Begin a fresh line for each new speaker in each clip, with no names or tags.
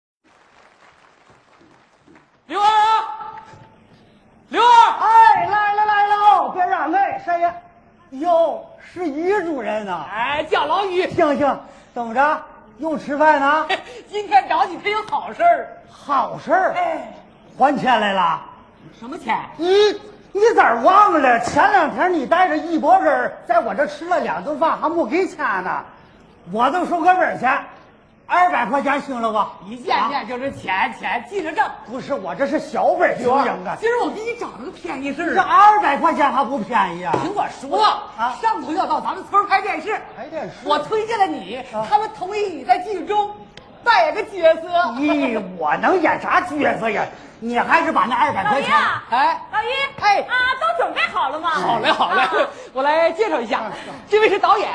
啊
哎是于主任呐、
哎，叫老于，
行行，怎么着？又吃饭呢？
今天找你可有好事儿。
好事儿，
哎，
还钱来了？
什么钱？
你你咋忘了？前两天你带着一拨人儿在我这吃了两顿饭，还没给钱呢，我都收个本儿钱，二百块钱行了吧？啊
一见面就是钱钱，记着账。
不是，我这是小本儿经营啊，
今儿我给你找了个便宜事儿
这
啊。
二百块钱还不便宜啊？
听我说，
啊
上头要到咱们村儿拍电视，
拍电视
我推荐了你，
啊
他们同意你在剧中扮演个角色。
咦，我能演啥角色呀？你还是把那二百块钱
老爷啊
哎，
老于，
哎
啊，都准备好了吗？
好嘞好嘞
啊，
我来介绍一
啊
下，这位是导演，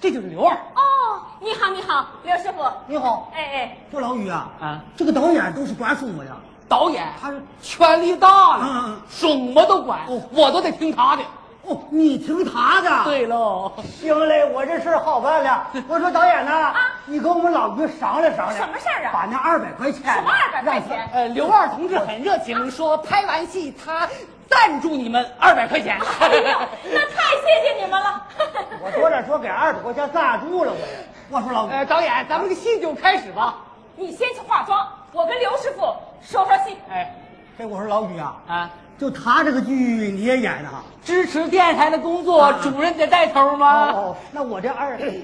这就是刘二
哦，你好，你好，刘师傅。
你好，
哎 哎，
这老宇啊，
啊，
这个导演都是管束我呀。
导演，
他是
权力大了，
嗯嗯嗯
什么都管
哦，啊
我都得听他的。
哦，你听他的。，
对喽，
行嘞，我这事儿好办了。我说导演呢，
啊
你跟我们老于商量商量，
什么事儿啊
把那二百块钱，
什么200块钱
呃，刘二同志很热情，说拍完戏他赞助你们二百块钱。
哎呦，那太谢谢你们了。
让哎我多点说给二百块钱赞助了我呀。我说老 于，
哎
呃，导演，咱们这个戏就开始吧。
你先去化妆，我跟刘师傅说说戏。
哎，
嘿，我说老于啊，
啊，
就他这个剧你也演啊？
支持电视台的工作，
啊
主任得带头
啊
吗？
哦，那我这二，
哎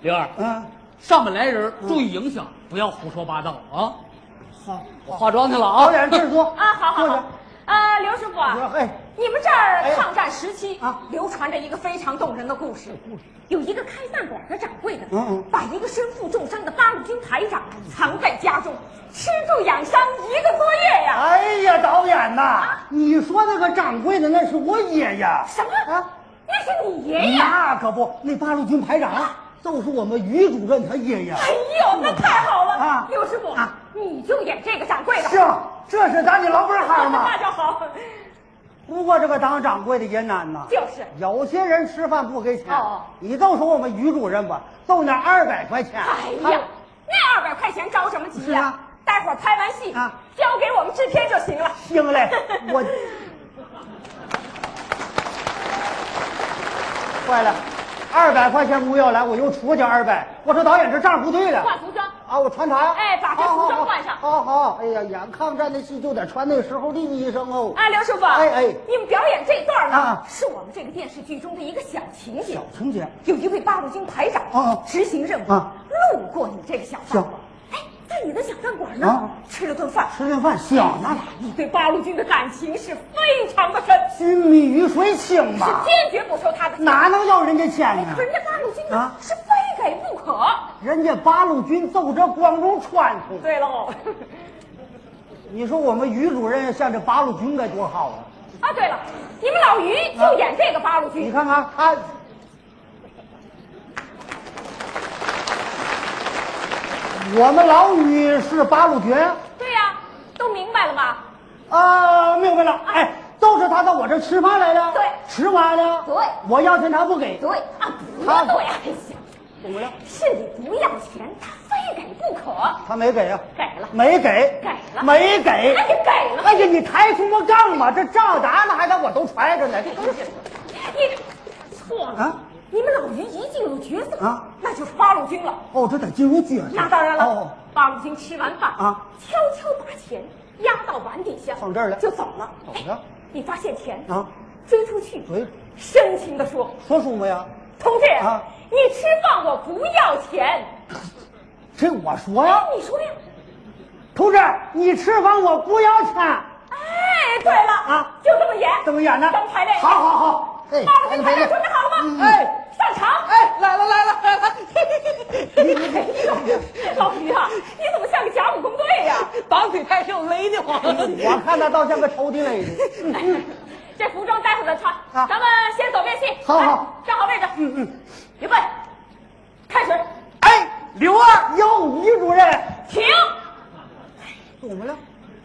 刘二，
嗯，
上本来人，注意影响，不要胡说八道啊！
好，
我化妆去了啊。
哦导演制作
啊，好好
坐
好
下。
啊，刘师傅
我说
啊，
嘿，
你们这儿
哎
抗战时期
啊
流传着一个非常动人的故事。有一个开饭馆的掌柜的，
嗯嗯
把一个身负重伤的八路军排长藏在家中，吃住养伤一个多月呀。
哎呀，导演呐，你说那个掌柜的那是我爷爷。
什么？
啊？
那是你爷爷？
那可不，那八路军排长就是我们于主任他爷爷。
哎呦，那太好了！
啊
刘师傅，
啊
你就演这个掌柜的，
是，啊这是咱的老本行嘛。
那就好。
不过这个当掌柜的也难呐，
就是
有些人吃饭不给钱
哦，
你就说我们于主任吧，就那二百块钱，
哎
他
呀，那二百块钱着什么急
是
呀、
啊
待会儿拍完戏
啊
交给我们制片就行了。
行 嘞，我坏了，二百块钱不要来，我又出去二百。我说导演这账不对了，
换服装，
啊，我穿它呀。
哎把这
好好
服装
好
换上
好好，哎呀，演抗战的戏就得穿那时候的衣裳哦。
哎，刘师傅，
哎哎
你们表演这段呢，
啊
是我们这个电视剧中的一个小情节
小。情节，
有一位八路军排长
哦
执行任务，
啊
路过你这个小饭馆，哎，在你的小饭馆呢、
啊
吃了顿饭，
吃顿饭香呢，
你对八路军的感情是非常的深，
军迷于水清
是
嘛，
坚决不收他的钱。
哪能要人家钱呢？
可人家八路军
哎
呢
啊
是非给不可。
人家八路军奏折光荣传统，
对喽，
你说我们于主任向这八路军该多好啊！
啊对了，你们老于就演这个八路
你
军，
看看他，我们老于是八路军
对呀、都明白了吧？
啊，明白了。哎，都是他到我这吃饭来了，
对
吃完了，
对
我要钱他不给，
对啊，不
他
对呀、哎呀，
怎么了？
是你不要钱，他非给不可。
他没给啊？
给了，
没给，
给了
没给，哎
呀给了
哎呀，你抬什么杠嘛？这账单子还得我都揣着呢，这都是
你错了
啊
你们老于一进入角色
啊
那就是八路军了。
哦，这得进入角色。
那当然了，
哦，
八路军吃完饭
啊，
悄悄把钱压到碗底下，
放这儿了
就走了。
走着
哎你发现钱
啊，
追出去，
追
深情地说
说什么呀？：“
同志，
啊
你吃饭我不要钱。哎
这我说呀，
你说呀？
同志，你吃完我不要钱，
哎，对了
啊
就这么演，
怎么演呢？
当排练。
好，好好，哎
八路军排练准备好了
嗯
吗？哎，上场。哎
哎，来了来了来了，嘿嘿嘿嘿
老于啊，你怎么像个甲午工队呀？
绑腿太瘦，勒得慌。
我看他倒像个抽屉来的。
哎这服装待会儿再穿，
啊
咱们先走遍戏。
好
来
好，
站好位置。嗯嗯，预备，开始，
哎，刘二，哟，于主任，
停！
怎么了？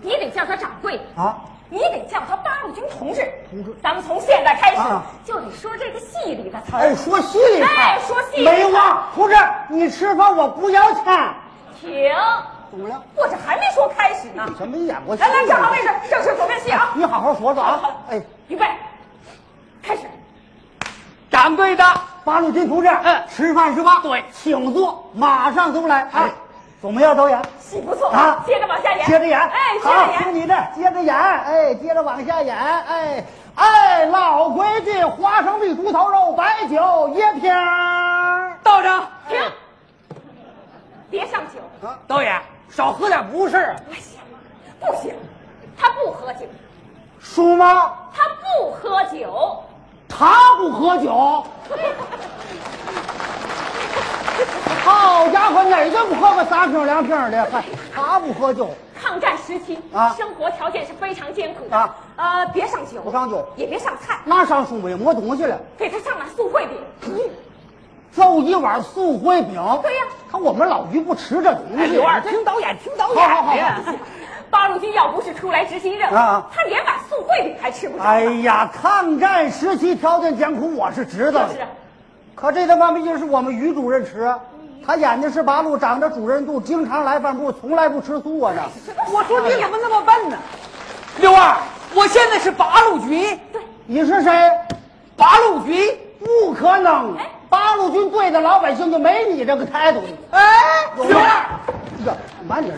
你得叫他掌柜，
啊，
你得叫他八路军同志。
同志
咱们从现在开始
啊
就得说这个戏里的词儿。
哎，说戏里头
哎说戏里啊头
没忘，同志，你吃饭我不要钱，
停！
怎么了？
我这还没说开始呢。
怎么演过戏？
来来，站好位置，正式走遍戏啊。
你好好说说
好
啊
好，
哎。
预备，开始。
掌掌柜的，
八路军同志，
嗯
吃饭是吧？
对
请坐，马上都来啊
哎！
怎么样，导演？
戏不错
啊
接着往下演，
接着演，
哎，接
好
着，演
听。你的，接着演，哎，接着往下演，哎，哎，老规矩，花生米、猪头肉、白酒、椰瓶儿。
道长，
停，别上酒，
导演少喝点不是？啊
哎呀，不行，他不喝酒，
叔妈，
他不喝酒，
他不喝酒。好家伙，哪顿不喝个三瓶两瓶的？还他不喝酒，
抗战时期
啊
生活条件是非常艰苦的
啊
呃，别上酒，
不上酒
也别上菜，
那上书没没东西了。
给他上碗素烩饼。
就一碗素烩饼。
对呀
看我们老于不吃这东
哎，
西。
刘二，听导演，听导演
好好好
呀
好
哎八路军要不是出来执行任务，
啊啊
他连碗素烩饼还吃不上。
哎呀，抗战时期条件艰苦，我是知道
就
的。
是，啊
可这他妈毕竟是我们于主任吃啊，他演的是八路，长着主任肚，经常来饭部，从来不吃素啊这。
我说你怎么那么笨呢？刘二，我现在是八路军，
你是谁？
八路军，
不可能
哎！
八路军对待老百姓就没你这个态度。
哎，
有
刘二。
这满脸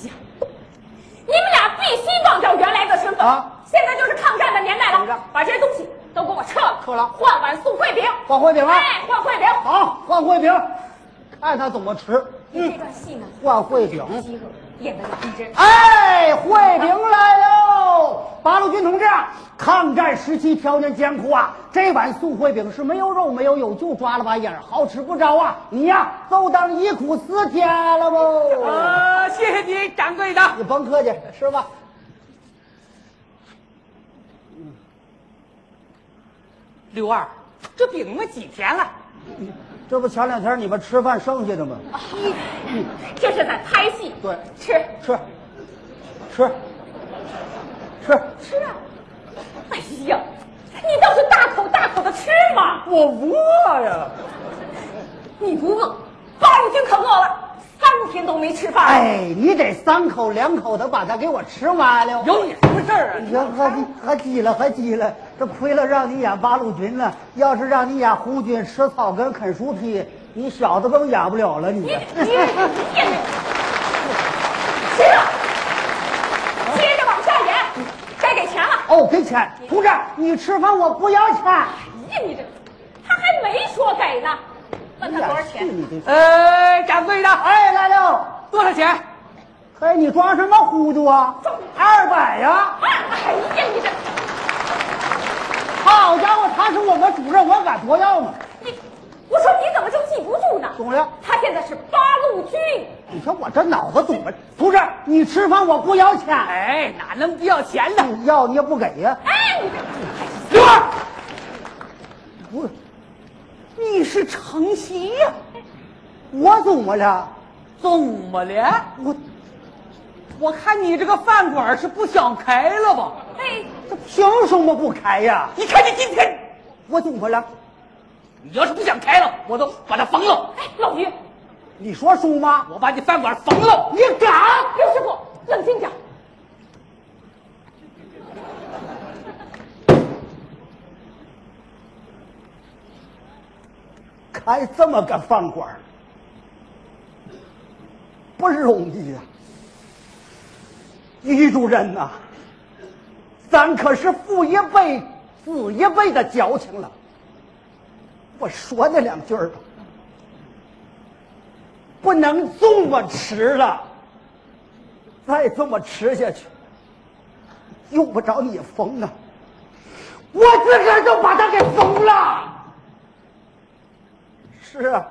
你们俩必须忘掉原来的身份。
啊
现在就是抗战的年代
怎么着
了，把这些东西都给我撤了，
撤了
换碗素烩饼。
换烩饼啊
哎，换烩饼。
好，换烩饼，看他怎么吃。
你哎这段戏呢，
换烩饼。
饥饿演得很真。
哎，惠平来喽！八路军同志啊，抗战时期条件艰苦啊，这碗素烩饼是没有肉没有油，就抓了把眼儿，好吃不着啊！你呀、都当忆苦思甜了不？
呃，谢谢你，掌柜的。
你甭客气，吃吧。
刘二，这饼我几天了？
这不前两天你们吃饭剩下的吗？
这是在拍戏。
对
吃
吃，吃，吃。
吃啊！哎呀，你倒是大口大口的吃嘛！
我不饿呀。
你不饿，八路军可饿了，三天都没吃饭。
哎，你得三口两口的把它给我吃完了。
有你什么事儿啊？
你看，还还急了，还急了，这亏了让你演八路军了。要是让你演红军，吃草根啃树皮，你小子更演不了了你。
你你你你，接着接着往下演，该给钱了。
哦，给钱，同志，你吃饭我不要钱。
哎呀，你这他还没说给呢，问他多少
哎
钱
呀？你这
呃，掌柜的，
哎，来了，
多少钱？
嘿，你装什么糊涂啊？二百呀！
哎哎呀，你这
好家伙，他是我们主任，我敢多要吗？
你，我说你怎么就记不住呢？
懂了，
他现在是八路军，
你说我这脑子懂吗？同志，你吃饭我不要钱，
哎，哪能不要钱呢？
你要你也不给呀、
哎，你
刘二，
不是，
你是承袭呀？
我怎么了？
怎么了？
我
我看你这个饭馆是不想开了吧？
这哎，
这凭什么不开呀？
你看你今天，
我怎么了？
你要是不想开了，我都把它封了，
哎，老于，
你说叔吗？
我把你饭馆封了。
你敢？
啊刘师傅，冷静点儿。
开这么个饭馆儿不容易啊！于主任呐、咱可是父一辈子一辈的矫情了。我说那两句儿吧，不能这么吃了，再这么吃下去，用不着你封啊！我自个儿就把他给封了。是啊，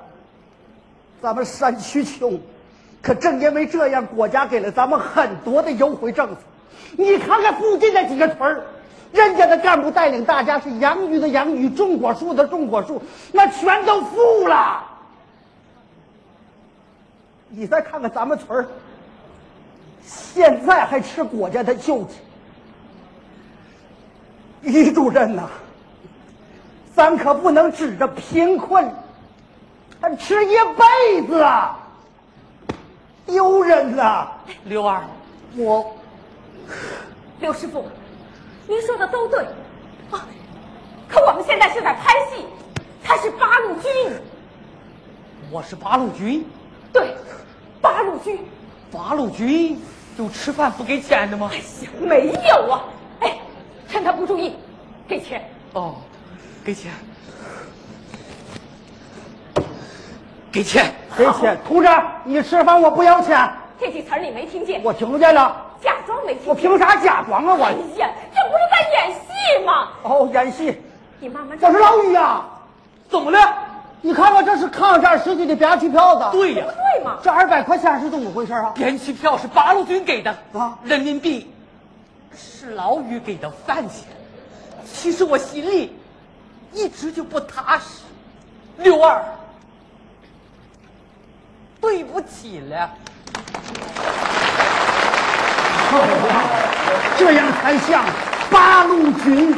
咱们山区穷，可正因为这样，国家给了咱们很多的优惠政策。你看看附近的几个屯儿，人家的干部带领大家是养鱼的养鱼，种果树的种果树，那全都富了。你再看看咱们村儿，现在还吃国家的救济。于主任呐、咱可不能指着贫困吃一辈子啊，丢人呐！
刘二，
我
刘师傅，您说的都对，啊，可我们现在是在拍戏，他是八路军，
我是八路军，
对，八路军
八路军有吃饭不给钱的吗？
没有啊！哎，趁他不注意，给钱。
哦，给钱，给钱，
给钱，同志，你吃饭我不要钱，
这几词儿你没听见，
我听见了，
假装没听见。
我凭啥假装啊
哎
我？
呀，这不是在演戏吗？
哦，演戏，
你慢
我
慢找
是老于呀、
怎么了？
你看看这是抗战时期的边区票子，
对呀
不，对吗？
这二百块钱是怎么回事啊？
边区票是八路军给的
啊
人民币是老于给的饭钱。其实我心里一直就不踏实，六二，对不起了。
这样才像八路军。